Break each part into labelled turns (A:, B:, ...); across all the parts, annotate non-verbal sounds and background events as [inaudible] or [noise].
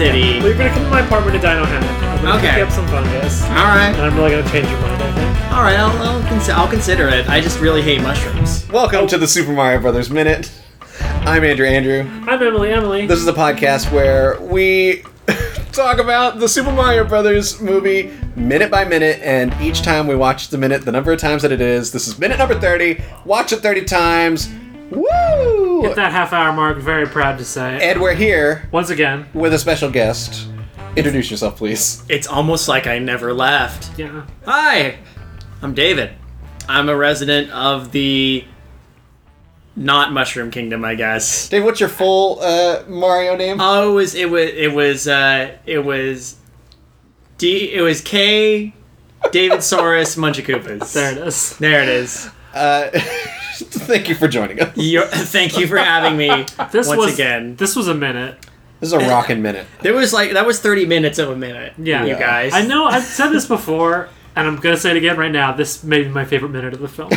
A: City.
B: Well, you're gonna come to my apartment to dine on Hammond. I'm gonna
A: Okay.
B: pick up some fungus,
A: All right,
B: and I'm really gonna change your mind. I think.
A: all right. I'll, I'll, consi- I'll consider it. I just really hate mushrooms.
C: Welcome to the Super Mario Brothers Minute. I'm Andrew Andrew.
B: I'm Emily. Emily.
C: This is a podcast where we [laughs] talk about the Super Mario Brothers movie minute by minute, and each time we watch the minute, the number of times that it is. This is minute number 30. Watch it 30 times. Woo!
B: Hit that half hour mark. Very proud to say.
C: And we're here
B: Once again.
C: with a special guest. Introduce yourself, please.
A: It's almost like I never left.
B: Yeah.
A: Hi, I'm David. I'm a resident of the not Mushroom Kingdom, I guess.
C: Dave, what's your full uh, Mario name?
A: Oh, it was it was it was uh, it was D. It was K. David Soros Munchakupas.
B: There it is.
A: There it is.
C: Uh, [laughs] thank you for joining us. This
A: You're, [laughs] thank you for having me
B: This
A: once
B: was
A: again.
B: This was a minute.
C: is a rockin' minute.
A: There was like that was thirty minutes of a minute.
B: Yeah.
A: you
C: Yeah.
A: guys.
B: I know I've said this before, and I'm gonna say it again right now. This may be my favorite minute of the film.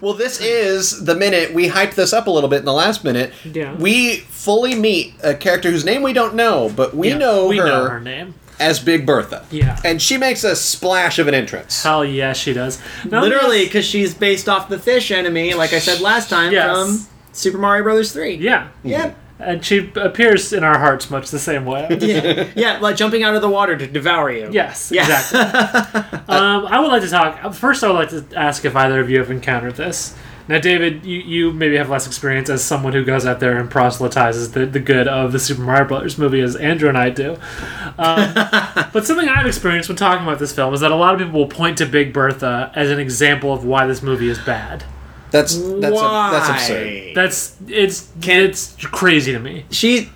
C: Well, this is the minute we hyped this up a little bit in the last minute.
B: Yeah.
C: We fully meet a character whose name we don't know, but we,
A: Yeah,
C: know,
B: we
C: her
B: know her name.
C: as Big Bertha.
B: Yeah.
C: And she makes a splash of an entrance.
B: Hell yeah, she does. Now,
A: Literally,
B: yes-
A: because she's based off the fish enemy, like I said last time
B: Yes.
A: from Super Mario Brothers Three.
B: Yeah.
A: Yep.
B: And she appears in our hearts much the same way.
A: yeah, yeah, like jumping out of the water to devour you.
B: Yes,
A: Yeah. [laughs]
B: exactly. um, I would like to talk. First, I would like to ask if either of you have encountered this. Now, David, you, you maybe have less experience as someone who goes out there and proselytizes the, the good of the Super Mario Brothers movie as Andrew and I do.
A: [laughs]
B: Um, but something I've experienced when talking about this film is that a lot of people will point to Big Bertha as an example of why this movie is bad.
C: That's that's
A: Why?
C: that's absurd.
B: That's it's it's crazy to me.
A: She,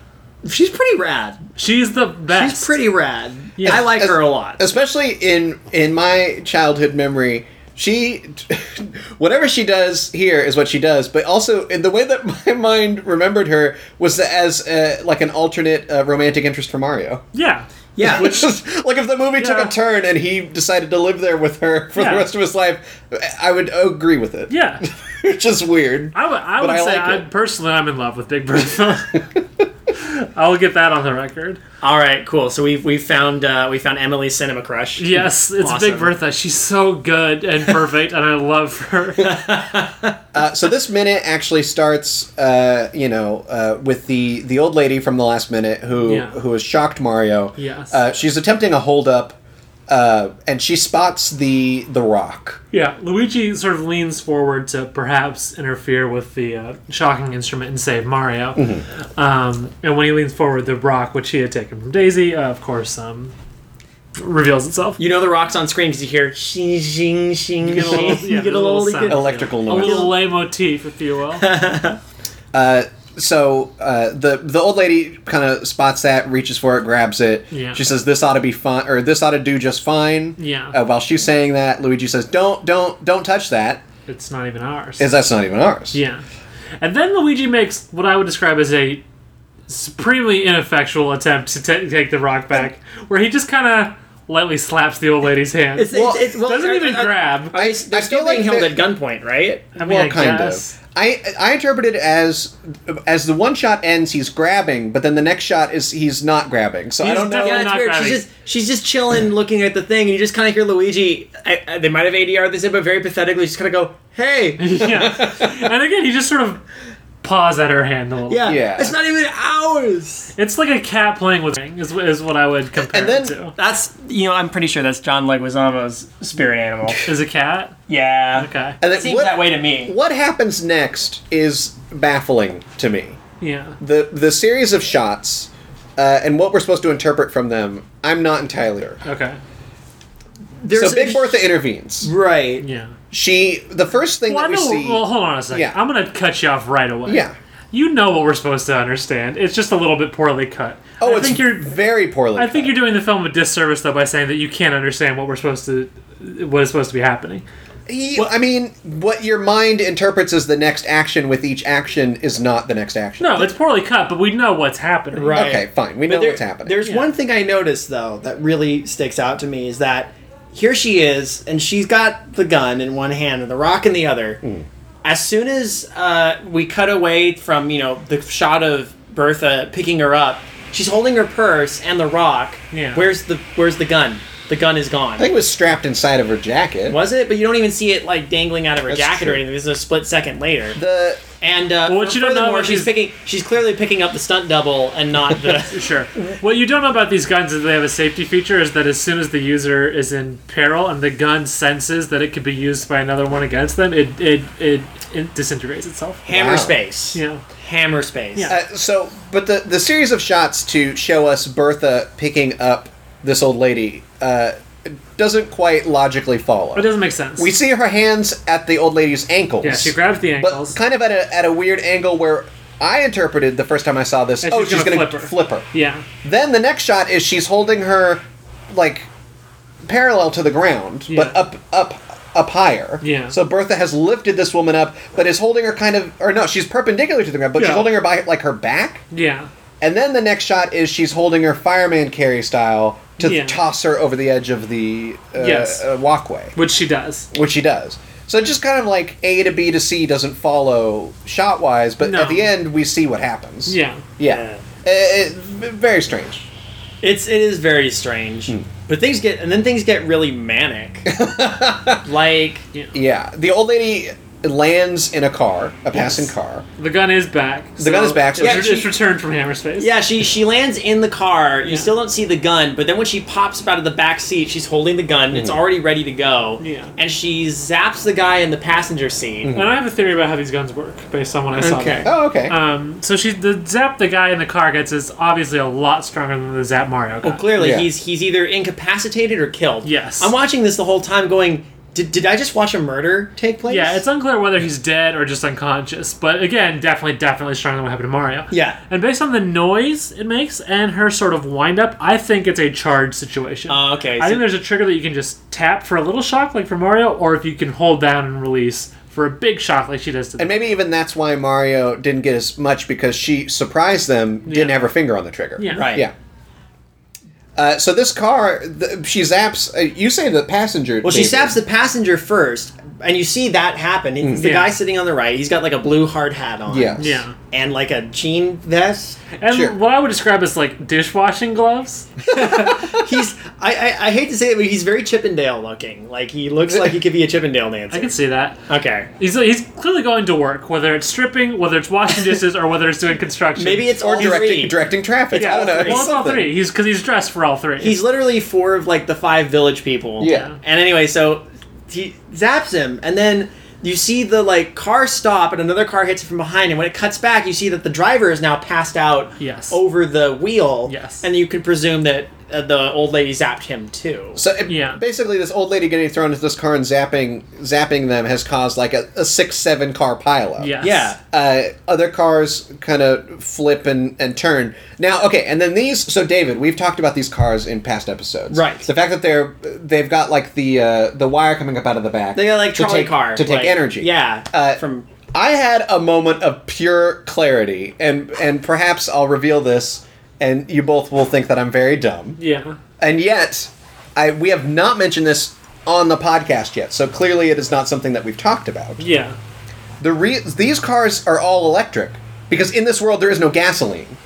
A: she's pretty rad.
B: She's the best.
A: She's pretty rad.
B: Yeah.
A: I like
C: As-
A: her a lot.
C: Especially in in my childhood memory, she [laughs] whatever she does here is what she does, but also in the way that [laughs] my mind remembered her was as uh, like an alternate uh, romantic interest for Mario.
B: Yeah.
A: yeah,
C: Which is [laughs] like if the movie took
B: Yeah.
C: a turn and he decided to live there with her for
B: Yeah.
C: the rest of his life, I would agree with
A: [laughs]
C: it.
B: Yeah.
C: [laughs] which is weird.
B: I would, I
C: But
B: would
C: I
B: say
C: like
B: I,
C: it.
B: personally I'm in love with
C: [laughs]
B: Big Bertha. [laughs] I will get that on the record.
A: All right, cool. So we we found uh, we found Emily's cinema crush.
B: Yes, it's
A: Awesome.
B: Big Bertha. She's so good
C: [laughs]
B: and perfect, and I love her.
C: Uh, so this minute actually starts, uh, you know, uh, with the the old lady from the last minute who
B: Yeah.
C: who has shocked Mario.
B: Yes.
C: uh, she's attempting a holdup, uh, and she spots the the rock.
B: yeah, Luigi sort of leans forward to perhaps interfere with the uh, shocking instrument and save Mario.
C: Mm-hmm.
B: Um, and when he leans forward, the rock, which he had taken from Daisy, uh, of course, um, reveals itself.
A: You know the rocks on screen because you hear shing shing shing. [laughs] You
B: get a little- yeah,
A: you get a
B: little
A: little.
B: sound.
C: Electrical
B: a
C: noise.
B: little lay motif, if you
C: [laughs]
B: will.
C: So uh, the the old lady kind of spots that, reaches for it, grabs it.
B: Yeah.
C: She says, "This ought to be fine, or this ought to do just fine."
B: Yeah.
C: Uh, while she's saying that, Luigi says, "Don't, don't, don't touch that,
B: it's not even ours.
C: as that's not even ours."
B: Yeah. And then Luigi makes what I would describe as a supremely ineffectual attempt to ta take the rock back, where he just kind of lightly slaps the old lady's hand.
A: It's, it's, it's, well,
B: Doesn't
A: are-
C: [laughs]
B: even
A: are-
B: grab.
A: Are
C: I-
A: they, they're
C: I
A: still
C: feel like
A: being held
C: they're-
A: at gunpoint, right?
B: I mean, I guess.
C: of. I I interpret it as as the one shot ends, he's grabbing, but then the next shot is he's not grabbing. So I
B: He's
C: don't know.
B: definitely-
A: Yeah, it's
B: not
A: weird.
B: grabbing.
A: She's just she's just chilling, looking at the thing, and you just kind of hear Luigi. I, I, they might have ADR this in, but very pathetically, just kind of go, [laughs] "Hey,
B: yeah. And again, he just sort of paws at her hand a little.
A: yeah,
C: Yeah.
A: it's not even ours."
B: It's like a cat playing with ring, is, is what I would compare
C: And then-
B: it to.
A: That's you know, I'm pretty sure that's John Leguizamo's spirit
C: [laughs]
A: animal.
B: Is a cat?
A: Yeah,
B: Okay.
C: And then what,
A: to me.
C: what happens next is baffling to me.
B: Yeah.
C: The the series of shots uh, and what we're supposed to interpret from them, I'm not entirely sure.
B: Okay.
A: There's
C: so Big Bertha intervenes.
A: right?
B: Yeah.
C: She the first thing
B: Well, I
C: that we
B: know.
C: see.
B: Well, hold on a second.
C: Yeah.
B: I'm gonna cut you off right away.
C: yeah.
B: You know what we're supposed to understand. It's just a little bit poorly cut.
C: Oh,
B: I
C: it's
B: think you're
C: very poorly.
B: I think
C: cut.
B: you're doing the film a disservice though by saying that you can't understand what we're supposed to, what is supposed to be happening.
C: He- I mean, what your mind interprets as the next action with each action is not the next action.
B: No, it's poorly cut, but we know what's happening.
A: Right.
C: Okay, fine. We
D: But
C: know
D: there-
C: what's happening.
D: There's
B: Yeah.
D: one thing I noticed though that really sticks out to me is that here she is, and she's got the gun in one hand and the rock in the other.
C: Hmm.
D: As soon as uh, we cut away from you know the shot of Bertha picking her up, She's holding her purse and the rock.
B: Yeah.
D: Where's the Where's the gun? The gun is gone.
C: I think it was strapped inside of her jacket.
D: was it? But you don't even see it like dangling out of her
C: That's
D: jacket or
C: true.
D: anything. This is a split second later.
C: The
D: And uh,
B: Well, what you don't know
D: furthermore,
B: is-
D: she's picking. She's clearly picking up the stunt double and not
C: [laughs]
D: the.
B: Sure. What you don't know about these guns is they have a safety feature is that as soon as the user is in peril and the gun senses that it could be used by another one against them, it it, it, it disintegrates itself.
D: Hammer
C: Wow.
D: space.
B: Yeah.
D: Hammer space.
B: Yeah.
C: uh, so, but the the series of shots to show us Bertha picking up this old lady uh, doesn't quite logically follow.
B: It doesn't make sense.
C: We see her hands at the old lady's ankles.
B: yeah, she grabs the ankles.
C: but kind of at a, at a weird angle where I interpreted the first time I saw this.
B: That
C: oh,
B: she's
C: she's
B: gonna
C: going to
B: flip her.
C: flip her.
B: yeah.
C: Then the next shot is she's holding her like parallel to the ground, but
B: Yeah.
C: up up up higher.
B: Yeah.
C: So Bertha has lifted this woman up, but is holding her kind of or no, she's perpendicular to the ground, but
B: Yeah.
C: she's holding her by like her back.
B: Yeah.
C: And then the next shot is she's holding her fireman carry style to
B: Yeah.
C: toss her over the edge of the uh,
B: Yes.
C: uh, walkway,
B: Which she does.
C: which she does. So just kind of like A to B to C doesn't follow shot wise, but
B: No.
C: at the end we see what happens.
B: Yeah.
C: Yeah. Uh, uh, very strange.
D: It's it is very strange. But things get and then things get really manic. like
B: Yeah.
C: Yeah, the old lady lands in a car, a passing car.
B: The gun is back. The
C: gun is back, so
B: it's,
D: she-
B: re- it's returned from hammer space.
D: yeah, she she lands in the car. You
B: Yeah.
D: still don't see the gun, but then when she pops up out of the back seat, she's holding the gun. It's already ready to go.
B: Yeah.
D: And she zaps the guy in the passenger seat.
B: And I have a theory about how these guns work based on what I saw.
D: Okay.
B: there.
C: Oh, okay.
B: Um, so she the zap the guy in the car gets is obviously a lot stronger than the zap Mario got.
D: Well, clearly
C: Yeah.
D: he's he's either incapacitated or killed.
B: Yes.
D: I'm watching this the whole time, going, did, did I just watch a murder take place?
B: Yeah, it's unclear whether he's dead or just unconscious, but again, definitely, definitely stronger than what happened to Mario.
D: Yeah.
B: And based on the noise it makes and her sort of wind up, I think it's a charge situation.
D: Oh, okay.
B: I
D: so-
B: think there's a trigger that you can just tap for a little shock, like for Mario, or if you can hold down and release for a big shock, like she does to
C: and maybe even that's why Mario didn't get as much because she surprised them, didn't
B: Yeah.
C: have her finger on the trigger.
B: Yeah.
D: right.
C: Yeah. Uh, so this car, th she zaps. Uh, you say the passenger.
D: Well, she zaps the passenger first, and you see that happen. It's the
B: Mm, Yeah.
D: guy sitting on the right. He's got like a blue hard hat on.
C: Yes.
B: Yeah.
D: And like a jean vest.
B: And
C: Sure.
B: what I would describe as like dishwashing gloves.
D: He's I, I I hate to say it, but he's very Chippendale looking. Like he looks like he could be a Chippendale dancer.
B: I can see that.
D: Okay.
B: He's, he's clearly going to work, whether it's stripping, whether it's washing dishes, or whether it's
D: [laughs]
B: doing construction.
D: Maybe it's
C: Or
D: all three.
C: directing, directing traffic.
B: yeah,
C: I don't know.
B: Well, it's all
C: something.
B: three. He's because he's dressed for all three.
D: He's literally four of like the five village people.
C: Yeah.
D: And anyway, so he zaps him, and then you see the like car stop, and another car hits it from behind. And when it cuts back, you see that the driver is now passed out
B: Yes.
D: over the wheel.
B: Yes.
D: And you can presume that uh, the old lady zapped him too.
C: So it,
B: Yeah.
C: basically, this old lady getting thrown into this car and zapping, zapping them has caused like a, a six, seven car pileup.
B: Yes.
D: Yeah.
C: uh, other cars kind of flip and, and turn. Now, okay, and then these. So, David, we've talked about these cars in past episodes,
D: Right.
C: The fact that they're they've got like the uh, the wire coming up out of the back.
D: They got like
C: to
D: trolley
C: take-
D: car
C: to take
D: like-
C: energy.
D: Yeah.
C: Uh,
D: from
C: I had a moment of pure clarity, and and perhaps I'll reveal this, and you both will think that I'm very dumb,
B: Yeah.
C: and yet, I we have not mentioned this on the podcast yet. So clearly, it is not something that we've talked about.
B: Yeah.
C: The re- these cars are all electric because in this world there is no gasoline.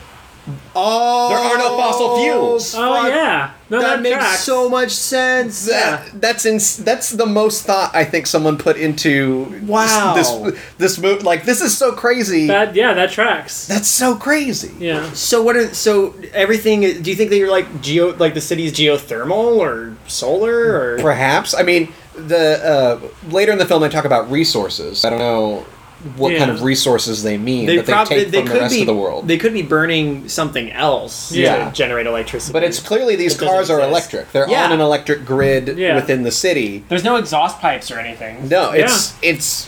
D: oh,
C: There are no fossil fuels.
B: Oh yeah. No,
D: That
B: that,
D: makes
B: tracks.
D: so much sense.
C: That, That's ins- that's the most thought I think someone put into this-
D: Wow.
C: this this move. Like this is so crazy.
B: That yeah, that tracks.
C: that's so crazy.
B: yeah.
D: So what are so everything? Do you think that you're like geo like the city's geothermal or solar or
C: Perhaps I mean the uh, later in the film they talk about resources. I don't know what
B: Yeah.
C: kind of resources they mean that they
D: prob-
C: take from the rest
D: be
C: of the world.
D: they could be burning something else
C: Yeah.
D: to generate electricity.
C: but it's clearly these
D: It doesn't
C: cars are
D: exist.
C: electric. They're
D: Yeah.
C: on an electric grid
B: Yeah.
C: within the city.
D: there's no exhaust pipes or anything.
C: No, it's it's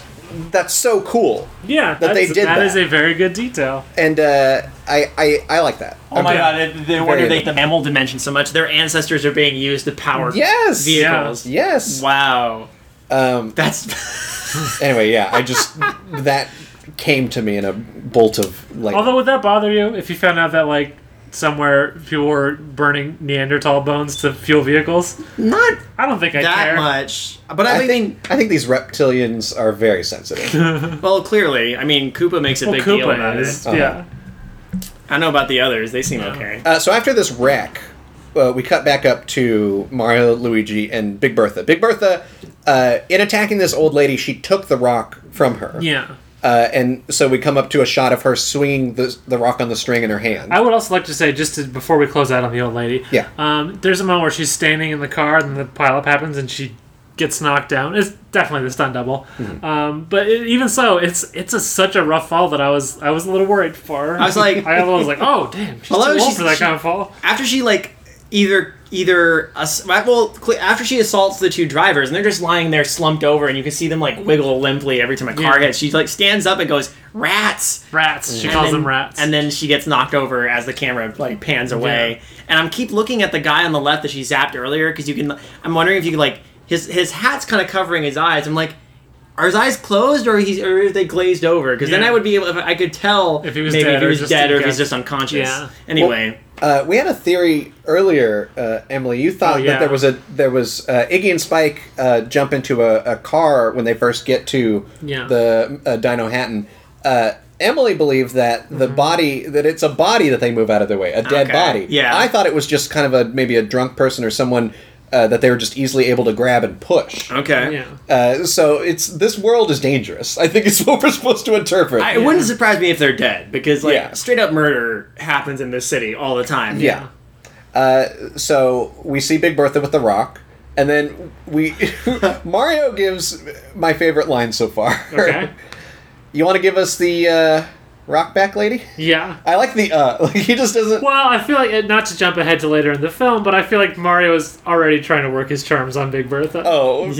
C: that's so cool,
B: Yeah.
C: That
B: that's-
C: they did that.
B: that is a very good detail.
C: and uh, I, I I like that.
D: Oh my
B: Okay.
D: god! It, they wonder
C: Very
D: they the mammal dimension so much. Their ancestors are being used to power
C: Um, Yes,
D: vehicles.
C: yes.
D: Wow,
C: Um,
D: that's [laughs]
C: anyway, yeah, I just that came to me in a bolt of like.
B: Although would that bother you if you found out that like somewhere people were burning Neanderthal bones to fuel vehicles?
D: not
B: I don't think I
D: that
B: care.
D: much. But I,
C: I
D: mean,
C: think I think these reptilians are very sensitive.
D: well, clearly, I mean, Koopa makes a
B: Well,
D: big deal about
B: Koopa
D: it.
B: is.
C: Uh-huh.
B: Yeah.
A: I don't know about the others. They seem okay.
C: Uh, so after this wreck, uh, we cut back up to Mario, Luigi, and Big Bertha. Big Bertha, uh, in attacking this old lady, she took the rock from her.
B: Yeah.
C: Uh, and so we come up to a shot of her swinging the, the rock on the string in her hand.
B: I would also like to say, just to, before we close out on the old lady,
C: Yeah.
B: um, there's a moment where she's standing in the car and the pileup happens and she gets knocked down. It's definitely the stunt double, um, but it, even so, it's it's a, such a rough fall that I was I was a little worried for her.
D: I was
B: [laughs]
D: like-
B: I was like, oh damn, she's
D: Although
B: too old
D: she's-
B: for that
D: she-
B: kind of fall.
D: after she like either either ass- well cle- after she assaults the two drivers and they're just lying there slumped over and you can see them like wiggle limply every time a car
B: Yeah.
D: hits she like stands up and goes rats
B: Rats. She
D: Mm-hmm. And
B: calls
D: then-
B: them rats.
D: and then she gets knocked over as the camera like pans away and i'm keep looking at the guy on the left that she zapped earlier because you can i'm wondering if you could like his his hat's kind of covering his eyes i'm like are his eyes closed or he's or are they glazed over because then
B: Yeah.
D: i would be able if i could tell
B: If he was
D: maybe
B: dead
D: if he
B: or
D: was
B: just
D: dead or if
B: guessed.
D: he's just unconscious
B: Yeah.
D: anyway
C: Uh, we had a theory earlier, uh, Emily. You thought
B: Oh, yeah.
C: that there was a there was uh, Iggy and Spike uh, jump into a, a car when they first get to
B: Yeah.
C: the uh, Dino Hatton. Uh, Emily believed that the body that it's a body that they move out of their way, a dead
D: Mm-hmm. Okay,
C: body.
D: yeah.
C: I thought it was just kind of a maybe a drunk person or someone uh, that they were just easily able to grab and push.
D: okay
B: yeah.
C: Uh, so it's this world is dangerous. I think it's what we're supposed to interpret.
D: I, It wouldn't surprise me if they're dead because like
C: Yeah.
D: straight up murder happens in this city all the time. [laughs]
C: Yeah. Uh, so we see Big Bertha with the rock, and then we [laughs] Mario gives my favorite line so far.
B: Okay.
C: [laughs] you want to give us the uh, rock back, lady?
B: Yeah.
C: I like the uh. [laughs] Like he just doesn't.
B: Well, I feel like not to jump ahead to later in the film, but I feel like Mario is already trying to work his charms on Big Bertha.
C: Oh,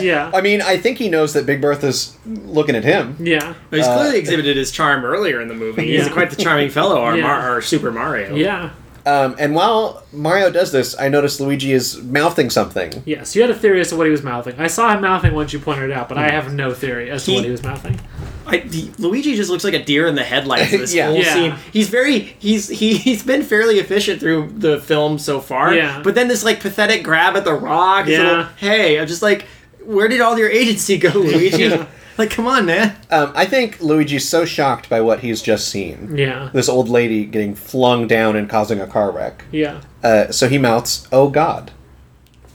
B: [laughs] Yeah.
C: I mean, I think he knows that Big Bertha's looking at him.
B: Yeah.
D: But he's
C: Uh,
D: clearly exhibited his charm earlier in the movie. He's
B: Yeah.
D: quite the charming fellow, our,
B: Yeah.
D: Mar- our Super Mario.
B: Yeah.
C: Um, and while Mario does this, I notice Luigi is mouthing something.
B: Yes, you had a theory as to what he was mouthing. I saw him mouthing once you pointed it out, but
C: Hmm.
B: I have no theory as to
D: He-
B: what he was mouthing.
D: I, the- Luigi just looks like a deer in the headlights of this
C: [laughs] Yeah.
D: whole
B: Yeah.
D: scene. He's very he's he, he's been fairly efficient through the film so far.
B: Yeah.
D: But then this like pathetic grab at the rock. his
B: Yeah.
D: little, hey, I'm just like, where did all your agency go, Luigi?
B: [laughs] Yeah.
D: Like, come on, man.
C: Um, I think Luigi's so shocked by what he's just seen.
B: Yeah.
C: This old lady getting flung down and causing a car wreck.
B: Yeah.
C: Uh, so he mouths, "Oh God."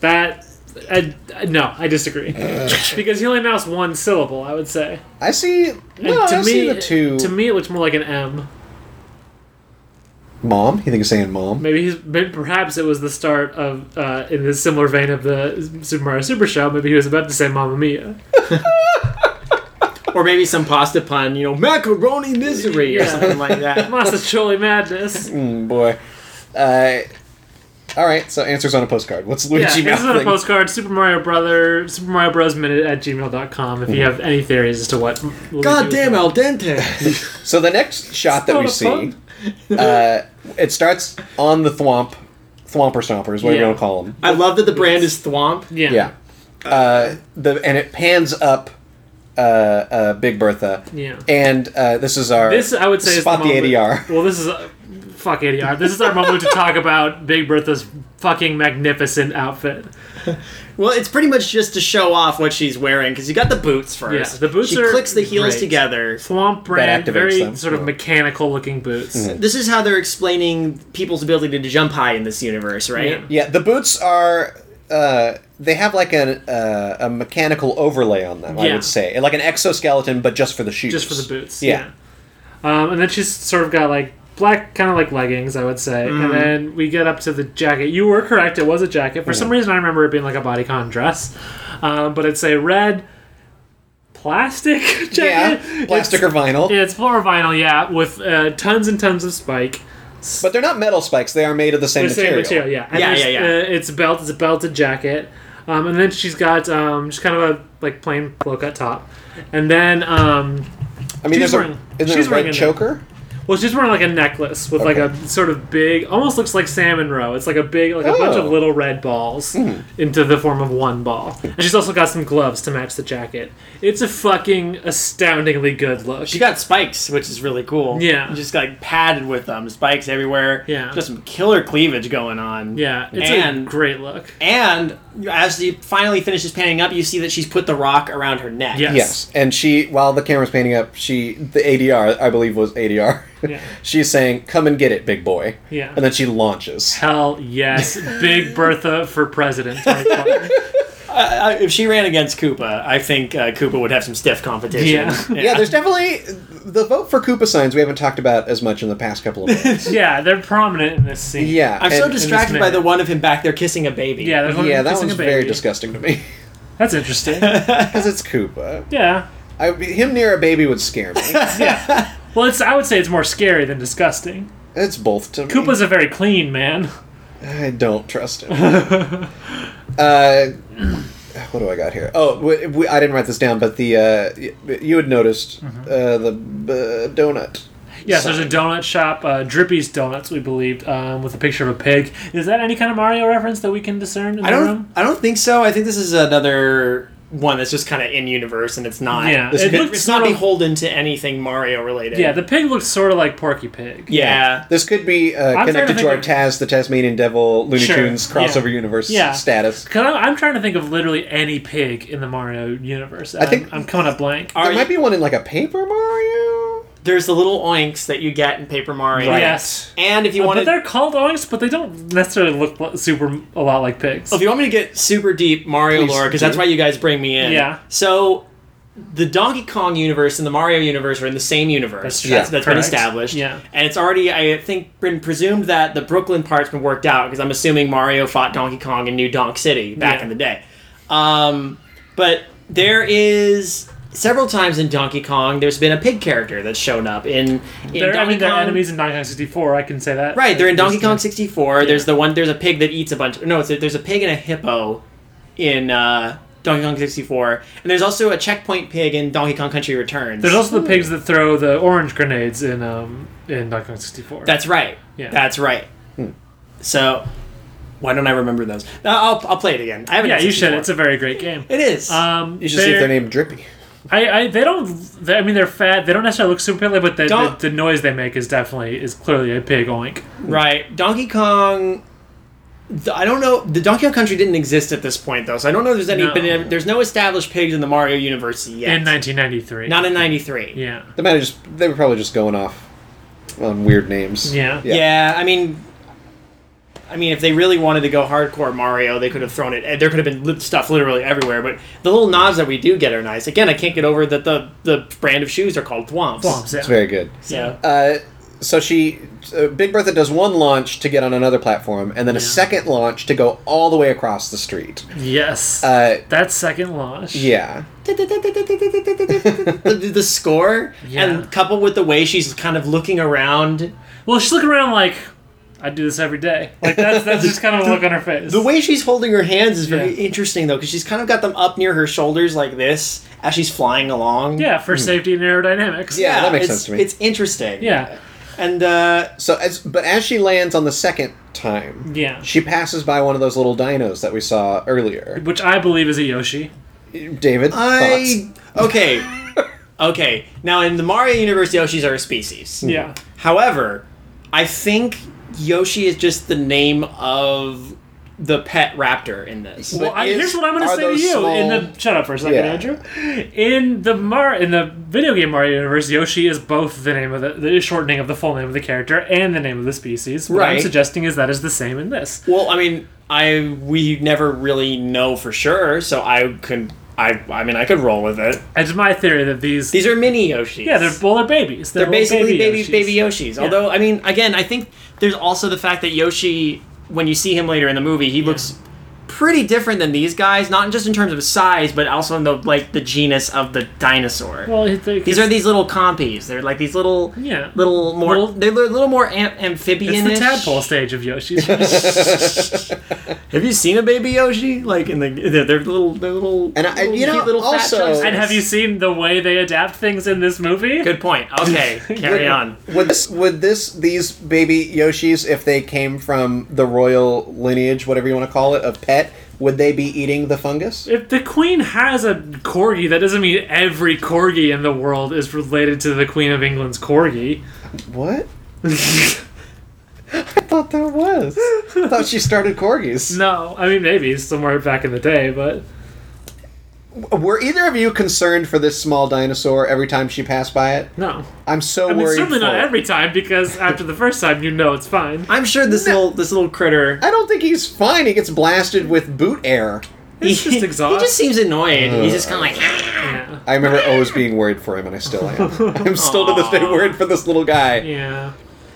B: That. I, I- no, I disagree.
C: Uh.
B: [laughs] because he only mouthed one syllable, I would say.
C: I see. No,
B: And to
C: I
B: me,
C: see the two.
B: to me, it looks more like an M.
C: mom. You think he's saying mom?
B: Maybe he's maybe perhaps it was the start of uh, in the similar vein of the Super Mario Super Show. Maybe he was about to say "Mamma Mia."
D: Or maybe some pasta pun, you know, macaroni misery or
B: Yeah.
D: something like
B: [laughs]
D: that.
B: Massa Choli
C: [laughs]
B: Madness.
C: Mm, boy. Uh, all right. So answers on a postcard. What's
B: Yeah,
C: Luigi
B: this is on a
C: mouthing?
B: postcard. Super Mario Brother, Super Mario Bros. Minute at gmail.com if you
C: Hmm.
B: have any theories as to what. Luigi
D: God
B: was
D: damn
B: doing. [laughs]
D: al dente.
C: so the next shot that we
B: It's not a
C: see, uh, it starts on the thwomp, thwomper stompers. What are you
B: Yeah.
C: gonna call them?
D: I love that the brand is Thwomp.
B: Yeah.
C: Yeah. Uh, the and it pans up. Uh, uh, Big Bertha.
B: Yeah.
C: And uh, this is our
B: This, I would say,
C: spot
B: is the, moment-
C: ADR.
B: Well, this is. Uh, fuck ADR. This is our moment to talk about Big Bertha's fucking magnificent outfit.
D: Well, it's pretty much just to show off what she's wearing because you got the boots first.
B: Yeah, the boots
D: She
B: are
D: clicks the heels
B: great.
D: together.
B: Swamp brand,
C: activates
B: very
C: them.
B: sort of
C: Yeah. Mm-hmm.
B: mechanical looking boots.
D: This is how they're explaining people's ability to jump high in this universe, right?
B: Yeah.
C: Yeah, the boots are. Uh, they have like an, uh, a mechanical overlay on them, I
B: Yeah.
C: would say, like an exoskeleton, but just for the shoes.
B: Just for the boots.
C: Yeah.
B: Yeah. Um, and then she's sort of got like black, kind of like leggings, I would say. And then we get up to the jacket. You were correct; it was a jacket. For some
C: Mm-hmm.
B: reason, I remember it being like a bodycon dress, um, but it's a red plastic [laughs]
C: Yeah,
B: jacket.
C: plastic
B: It's,
C: or vinyl,
B: it's floor vinyl, yeah, with uh, tons and tons of spike.
C: but they're not metal spikes. They are made of the same,
B: The same
C: material.
B: material, yeah. And
D: Yeah,
B: there's,
D: yeah, yeah.
B: Uh, it's a belt. It's a belted jacket, um, and then she's got um, just kind of a like plain low cut top, and then. Um,
C: I mean,
B: She's
C: there's
B: wearing-
C: a isn't
B: she's
C: there a
B: wearing
C: red
B: a-
C: choker?
B: Well, she's wearing like a necklace with like a sort of big, almost looks like salmon roe. It's like a big, like a bunch of
C: Oh.
B: little red balls
D: Hmm.
B: into the form of one ball. And she's also got some gloves to match the jacket. It's a fucking astoundingly good look.
D: She got spikes, which is really cool.
B: Yeah.
D: Just like padded with them, spikes everywhere.
B: Yeah.
D: Just some killer cleavage going on.
B: yeah, it's
D: And-
B: a great look.
D: And as he finally finishes panning up, you see that she's put the rock around her neck.
B: Yeah.
C: Yes, and she while the camera's painting up, she the ADR I believe was ADR.
B: Yeah.
C: [laughs] She's saying, "Come and get it, big boy."
B: Yeah.
C: and then she launches.
B: Hell yes, Big Bertha for president. [laughs] right there.
D: I, I, Uh, if she ran against Koopa, I think uh, Koopa would have some stiff competition.
B: Yeah.
C: Yeah. there's definitely the vote for Koopa signs we haven't talked about as much in the past couple of
B: [laughs]
C: minutes.
B: yeah, they're prominent in this scene.
C: yeah,
D: I'm so
C: and-
D: distracted by the one of him back there kissing a baby.
B: yeah, there's one
C: Yeah, that
B: kissing
C: one's
B: a baby.
C: very disgusting to me [laughs]
B: That's interesting.
C: because it's Koopa.
B: Yeah,
C: I, him near a baby would
B: [laughs]
C: scare me.
B: yeah. Well, it's I would say it's more scary than disgusting.
C: It's both to me.
B: Koopa's a very clean man. [laughs]
C: I don't trust him. uh, what do I got here? Oh, we, we, I didn't write this down, but the uh, y- you had noticed
B: Mm-hmm.
C: uh, the uh, donut.
B: Yes, there's a donut shop, uh, Drippy's Donuts, we believed, um, with a picture of a pig. Is that any kind of Mario reference that we can discern in
D: I
B: the
D: don't.
B: room?
D: I don't think so. I think this is another one that's just kind of in universe, and it's not.
B: Yeah,
D: it's,
B: it
D: not-
B: looks
D: it's not
B: sort of-
D: beholden to anything Mario related.
B: Yeah, the pig looks sort of like Porky Pig.
D: yeah.
C: This could be uh,
B: I'm
C: connected
B: trying
C: to
B: to
C: our
B: think
C: Taz, the Tasmanian Devil, Looney
B: Sure,
C: Tunes crossover
B: yeah.
C: universe
B: Yeah.
C: status.
B: Because I'm, I'm trying to think of literally any pig in the Mario universe. I
C: think-
B: think I'm coming up blank.
D: Are
C: There
D: you-
C: might be one in like a Paper Mario.
D: There's the little oinks that you get in Paper Mario.
B: Right. Yes. Oh,
D: And if you
B: But
D: want to,
B: they're called oinks, but they don't necessarily look lo- super a lot like pigs.
D: Oh, if you want me to get super deep Mario
C: Please
D: lore, because
C: do.
D: that's why you guys bring me in.
B: Yeah.
D: So. The Donkey Kong universe and the Mario universe are in the same universe.
B: That's true.
D: That's,
C: Yeah.
D: that's been
B: Correct.
D: established.
B: Yeah.
D: And it's already, I think, been presumed that the Brooklyn part's been worked out because I'm assuming Mario fought Donkey Kong in New Donk City back
B: Yeah.
D: in the day. Um, but there is several times in Donkey Kong, there's been a pig character that's shown up in, in
B: they're, I
D: Donkey
B: mean, they're
D: Kong.
B: enemies in Donkey Kong 64. I can say that.
D: Right, they're in
B: Just
D: Donkey
B: to-
D: Kong 64. There's the one. There's a pig that eats a bunch. No, it's a, there's a pig and a hippo in uh, Donkey Kong 64, and there's also a checkpoint pig in Donkey Kong Country Returns.
B: There's also the pigs that throw the orange grenades in um in Donkey Kong 64.
D: That's right.
B: Yeah.
D: That's right. So, why don't I remember those? No, I'll, I'll play it again. I haven't.
B: yeah,
D: done
B: you should.
D: 64.
B: It's a very great game.
D: it is.
B: Um,
C: You should see if they're
B: they're-
C: named Drippy.
B: I, I, they don't. They, I mean, they're fat. They don't necessarily look super pig, but the, the,
D: Don't-
B: the noise they make is definitely is clearly a pig oink.
D: right. Donkey Kong. th- I don't know. The Donkey Kong Country didn't exist at this point, though, so I don't know. If there's any.
B: No.
D: Been, there's no established pigs in the Mario universe yet.
B: In 1993.
D: Not in '93.
B: yeah.
C: They might have just they were probably just going off on weird names.
B: Yeah.
D: Yeah. I mean, I mean, if they really wanted to go hardcore Mario, they could have thrown it. There could have been li- stuff literally everywhere. But the little knobs that we do get are nice. Again, I can't get over that the the brand of shoes are called Thwomps.
B: Bombs, yeah.
C: It's very good.
D: Yeah. [laughs]
C: Uh, so she, uh, Big Bertha does one launch to get on another platform, and then a
B: Yeah. Mm.
C: second launch to go all the way across the street.
B: Yes.
C: Uh,
B: that second launch.
C: yeah,
D: the, the score
B: Yeah.
D: and coupled with the way she's kind of looking around
B: Well, she's looking around like, I do this every day. Like that's that's just kind of a look on her face.
D: the way she's holding her hands is very
B: Yeah.
D: interesting though because she's kind of got them up near her shoulders like this as she's flying along
B: Yeah, for safety and aerodynamics.
C: Yeah. that makes
D: it's-
C: sense to me.
D: it's interesting
B: Yeah.
D: and uh
C: So as but as she lands on the second time,
B: Yeah.
C: she passes by one of those little dinos that we saw earlier.
B: Which I believe is a Yoshi.
C: David,
D: I okay, okay. Now in the Mario universe, Yoshi's are a species.
B: Yeah.
D: However, I think Yoshi is just the name of the pet raptor in this.
C: But
B: Well, I,
C: is-
B: here's what I'm going
C: are
B: to say to
C: those
B: you in
C: small-
B: the shut up for a second,
C: Yeah.
B: Andrew. In the Mar in the video game Mario universe, Yoshi is both the name of the, the shortening of the full name of the character and the name of the species. What I'm
D: Right.
B: suggesting is that is the same in this.
D: Well, I mean, I we never really know for sure, so I could I I mean I could roll with it.
B: It's my theory that these,
D: These are mini Yoshis.
B: yeah, they're well, they're babies. They're,
D: They're
B: little
D: basically baby
B: Yoshis.
D: baby Yoshis. Although I mean, again, I think there's also the fact that Yoshi, when you see him later in the movie, he looks pretty different than these guys. Not just in terms of size, but also in the like the genus of the dinosaur.
B: Well, it- it-
D: these are these little compies. They're like these little,
B: Yeah.
D: little more.
B: Little-
D: they're a little more am- amphibian.
B: It's the tadpole stage of Yoshi's. yeah,
D: Have you seen a baby Yoshi? Like in the they're, they're little, they're little,
C: And I-
D: little
C: you know,
D: cute little fat
C: also-
D: chunks.
B: and have you seen the way they adapt things in this movie?
D: Good point.
B: [laughs]
D: Okay, carry on.
C: Would this, would this these baby Yoshis, if they came from the royal lineage, whatever you want to call it, of pet, would they be eating the fungus?
B: If the queen has a corgi, that doesn't mean every corgi in the world is
C: [laughs]
B: related to the queen of England's corgi.
C: What? thought that was. I thought she started corgis.
B: No, I mean maybe somewhere back in the day, but
C: Were either of you concerned for this small dinosaur every time she passed by it?
B: no.
C: I'm so
B: I mean,
C: worried.
B: certainly not
C: for it.
B: every time because after the first time, you know it's
D: [laughs]
B: fine.
D: I'm sure this little this little critter.
C: I don't think he's fine. He gets blasted with boot air.
B: It's just
D: [laughs] He just
B: exhaust.
D: seems annoyed. He's just kind of like, "Ah."
B: Yeah, [laughs]
C: I remember always being worried for him, and I still am. I'm still to this day worried for this little guy.
B: yeah.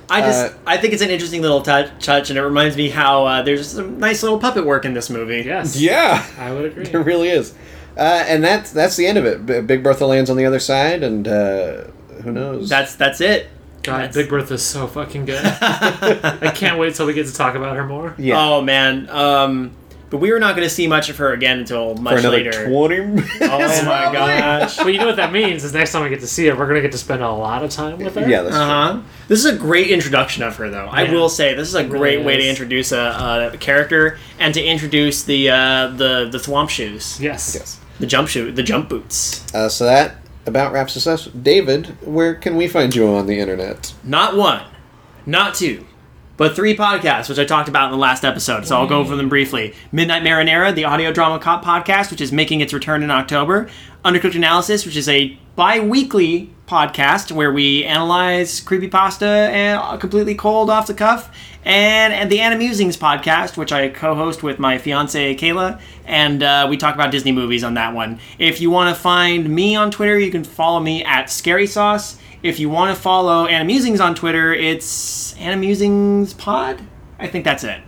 D: I just
C: Uh,
D: I think it's an interesting little tou- touch, and it reminds me how uh, there's some nice little puppet work in this movie.
B: Yes.
C: Yeah, [laughs]
B: I would agree.
C: it really is. Uh, and that's that's the end of it. B- Big Bertha lands on the other side, and uh, who knows?
D: that's that's it.
B: God,
D: That's-
B: Big Bertha's so fucking good. I can't wait till we get to talk about her more.
C: yeah.
D: Oh man. Um, but we were not going to see much of her again until much
C: for another
D: later.
C: twenty [laughs] minutes.
D: oh
C: [laughs]
D: my gosh.
B: But you know what that means is next time we get to see her, we're gonna get to spend a lot of time with her.
C: Yeah, that's true.
D: Uh huh. This is a great introduction of her, though. I
B: Yeah.
D: will say this is a great way to
B: is.
D: introduce a, a character and to introduce the uh, the the thwomp shoes,
B: Yes.
C: Yes.
D: the jump shoe, the jump boots.
C: Uh, so that about wraps us up. David, where can we find you on the internet?
D: Not one, not two, but three podcasts, which I talked about in the last episode, so I'll go over them briefly. Midnight Marinera, the audio drama cop podcast, which is making its return in October. Undercooked Analysis, which is a bi weekly podcast where we analyze creepypasta and completely cold off the cuff. And, and the Animusings podcast, which I co host with my fiance Kayla, and uh, we talk about Disney movies on that one. If you want to find me on Twitter, you can follow me at Scary Sauce. If you want to follow Animusings on Twitter, it's Animusings Pod. I think that's it.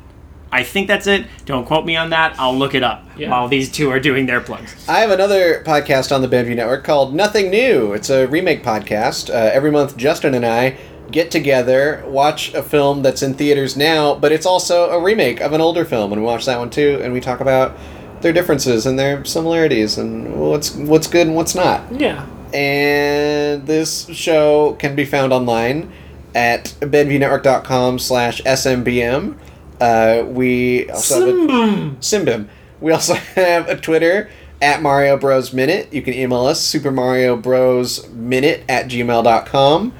D: I think that's it. Don't quote me on that. I'll look it up
B: Yeah.
D: while these two are doing their plugs.
C: I have another podcast on the Bedview Network called Nothing New. It's a remake podcast. Uh, every month, Justin and I get together, watch a film that's in theaters now, but it's also a remake of an older film, and we watch that one too, and we talk about their differences and their similarities and what's what's good and what's not.
B: Yeah.
C: and this show can be found online at bedvnetwork.com slash smbm uh, we also have a, simbim we also [laughs] have a twitter at mario bros minute you can email us super mario bros minute at gmail.com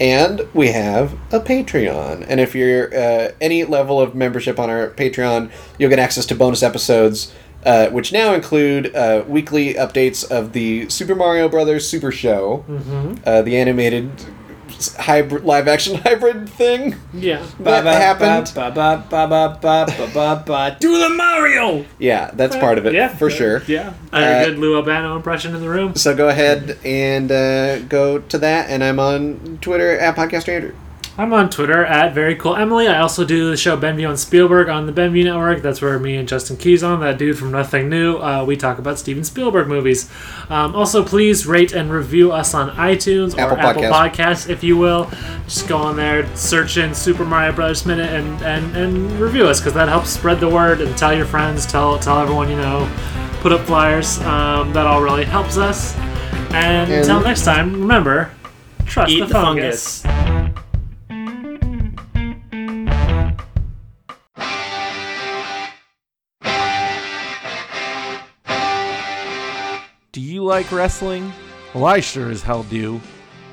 C: and we have a patreon and if you're uh, any level of membership on our patreon you'll get access to bonus episodes uh, which now include uh, weekly updates of the super mario brothers super show uh, the animated s- hybrid live action [laughs] hybrid thing
B: Yeah.
C: that happened
D: Do the Mario!
C: yeah that's part of it
B: Yeah.
C: for sure
B: Yeah. I had
C: Uh,
B: a good Lou Albano impression in the room.
C: so go ahead and uh, go to that and i'm on twitter at podcast andrew
B: I'm on Twitter at very cool Emily. I also do the show Benview on Spielberg on the Benview Network. That's where me and Justin Keys on that dude from Nothing New. Uh, we talk about Steven Spielberg movies. Um, also, please rate and review us on iTunes or
C: Apple
B: Apple Podcasts, if you will. Just go on there, search in Super Mario Brothers Minute, and and, and review us because that helps spread the word and tell your friends, tell tell everyone you know, put up flyers. Um, that all really helps us. And
C: And-
B: until next time, remember, trust
D: Eat
B: the,
D: the fungus.
E: Do you like wrestling? Well, I sure as hell do.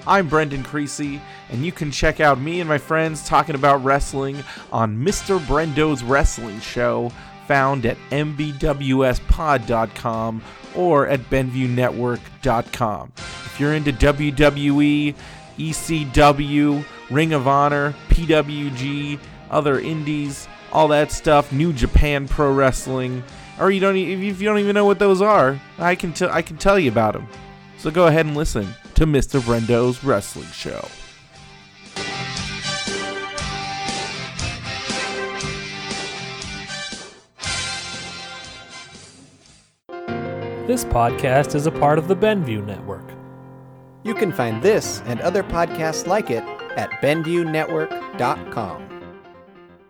E: I'm Brendan Creasy, and you can check out me and my friends talking about wrestling on Mr. Brendo's Wrestling Show, found at mbwspod.com or at benviewnetwork.com. If you're into E, WWE, ECW, Ring of Honor, PWG, other indies, all that stuff, New Japan Pro Wrestling, or you don't e- if you don't even know what those are, I can tell I can tell you about them. So go ahead and listen to Mr. Brendo's Wrestling Show.
F: This podcast is a part of the Benview Network.
C: you can find this and other podcasts like it at bendunetwork.com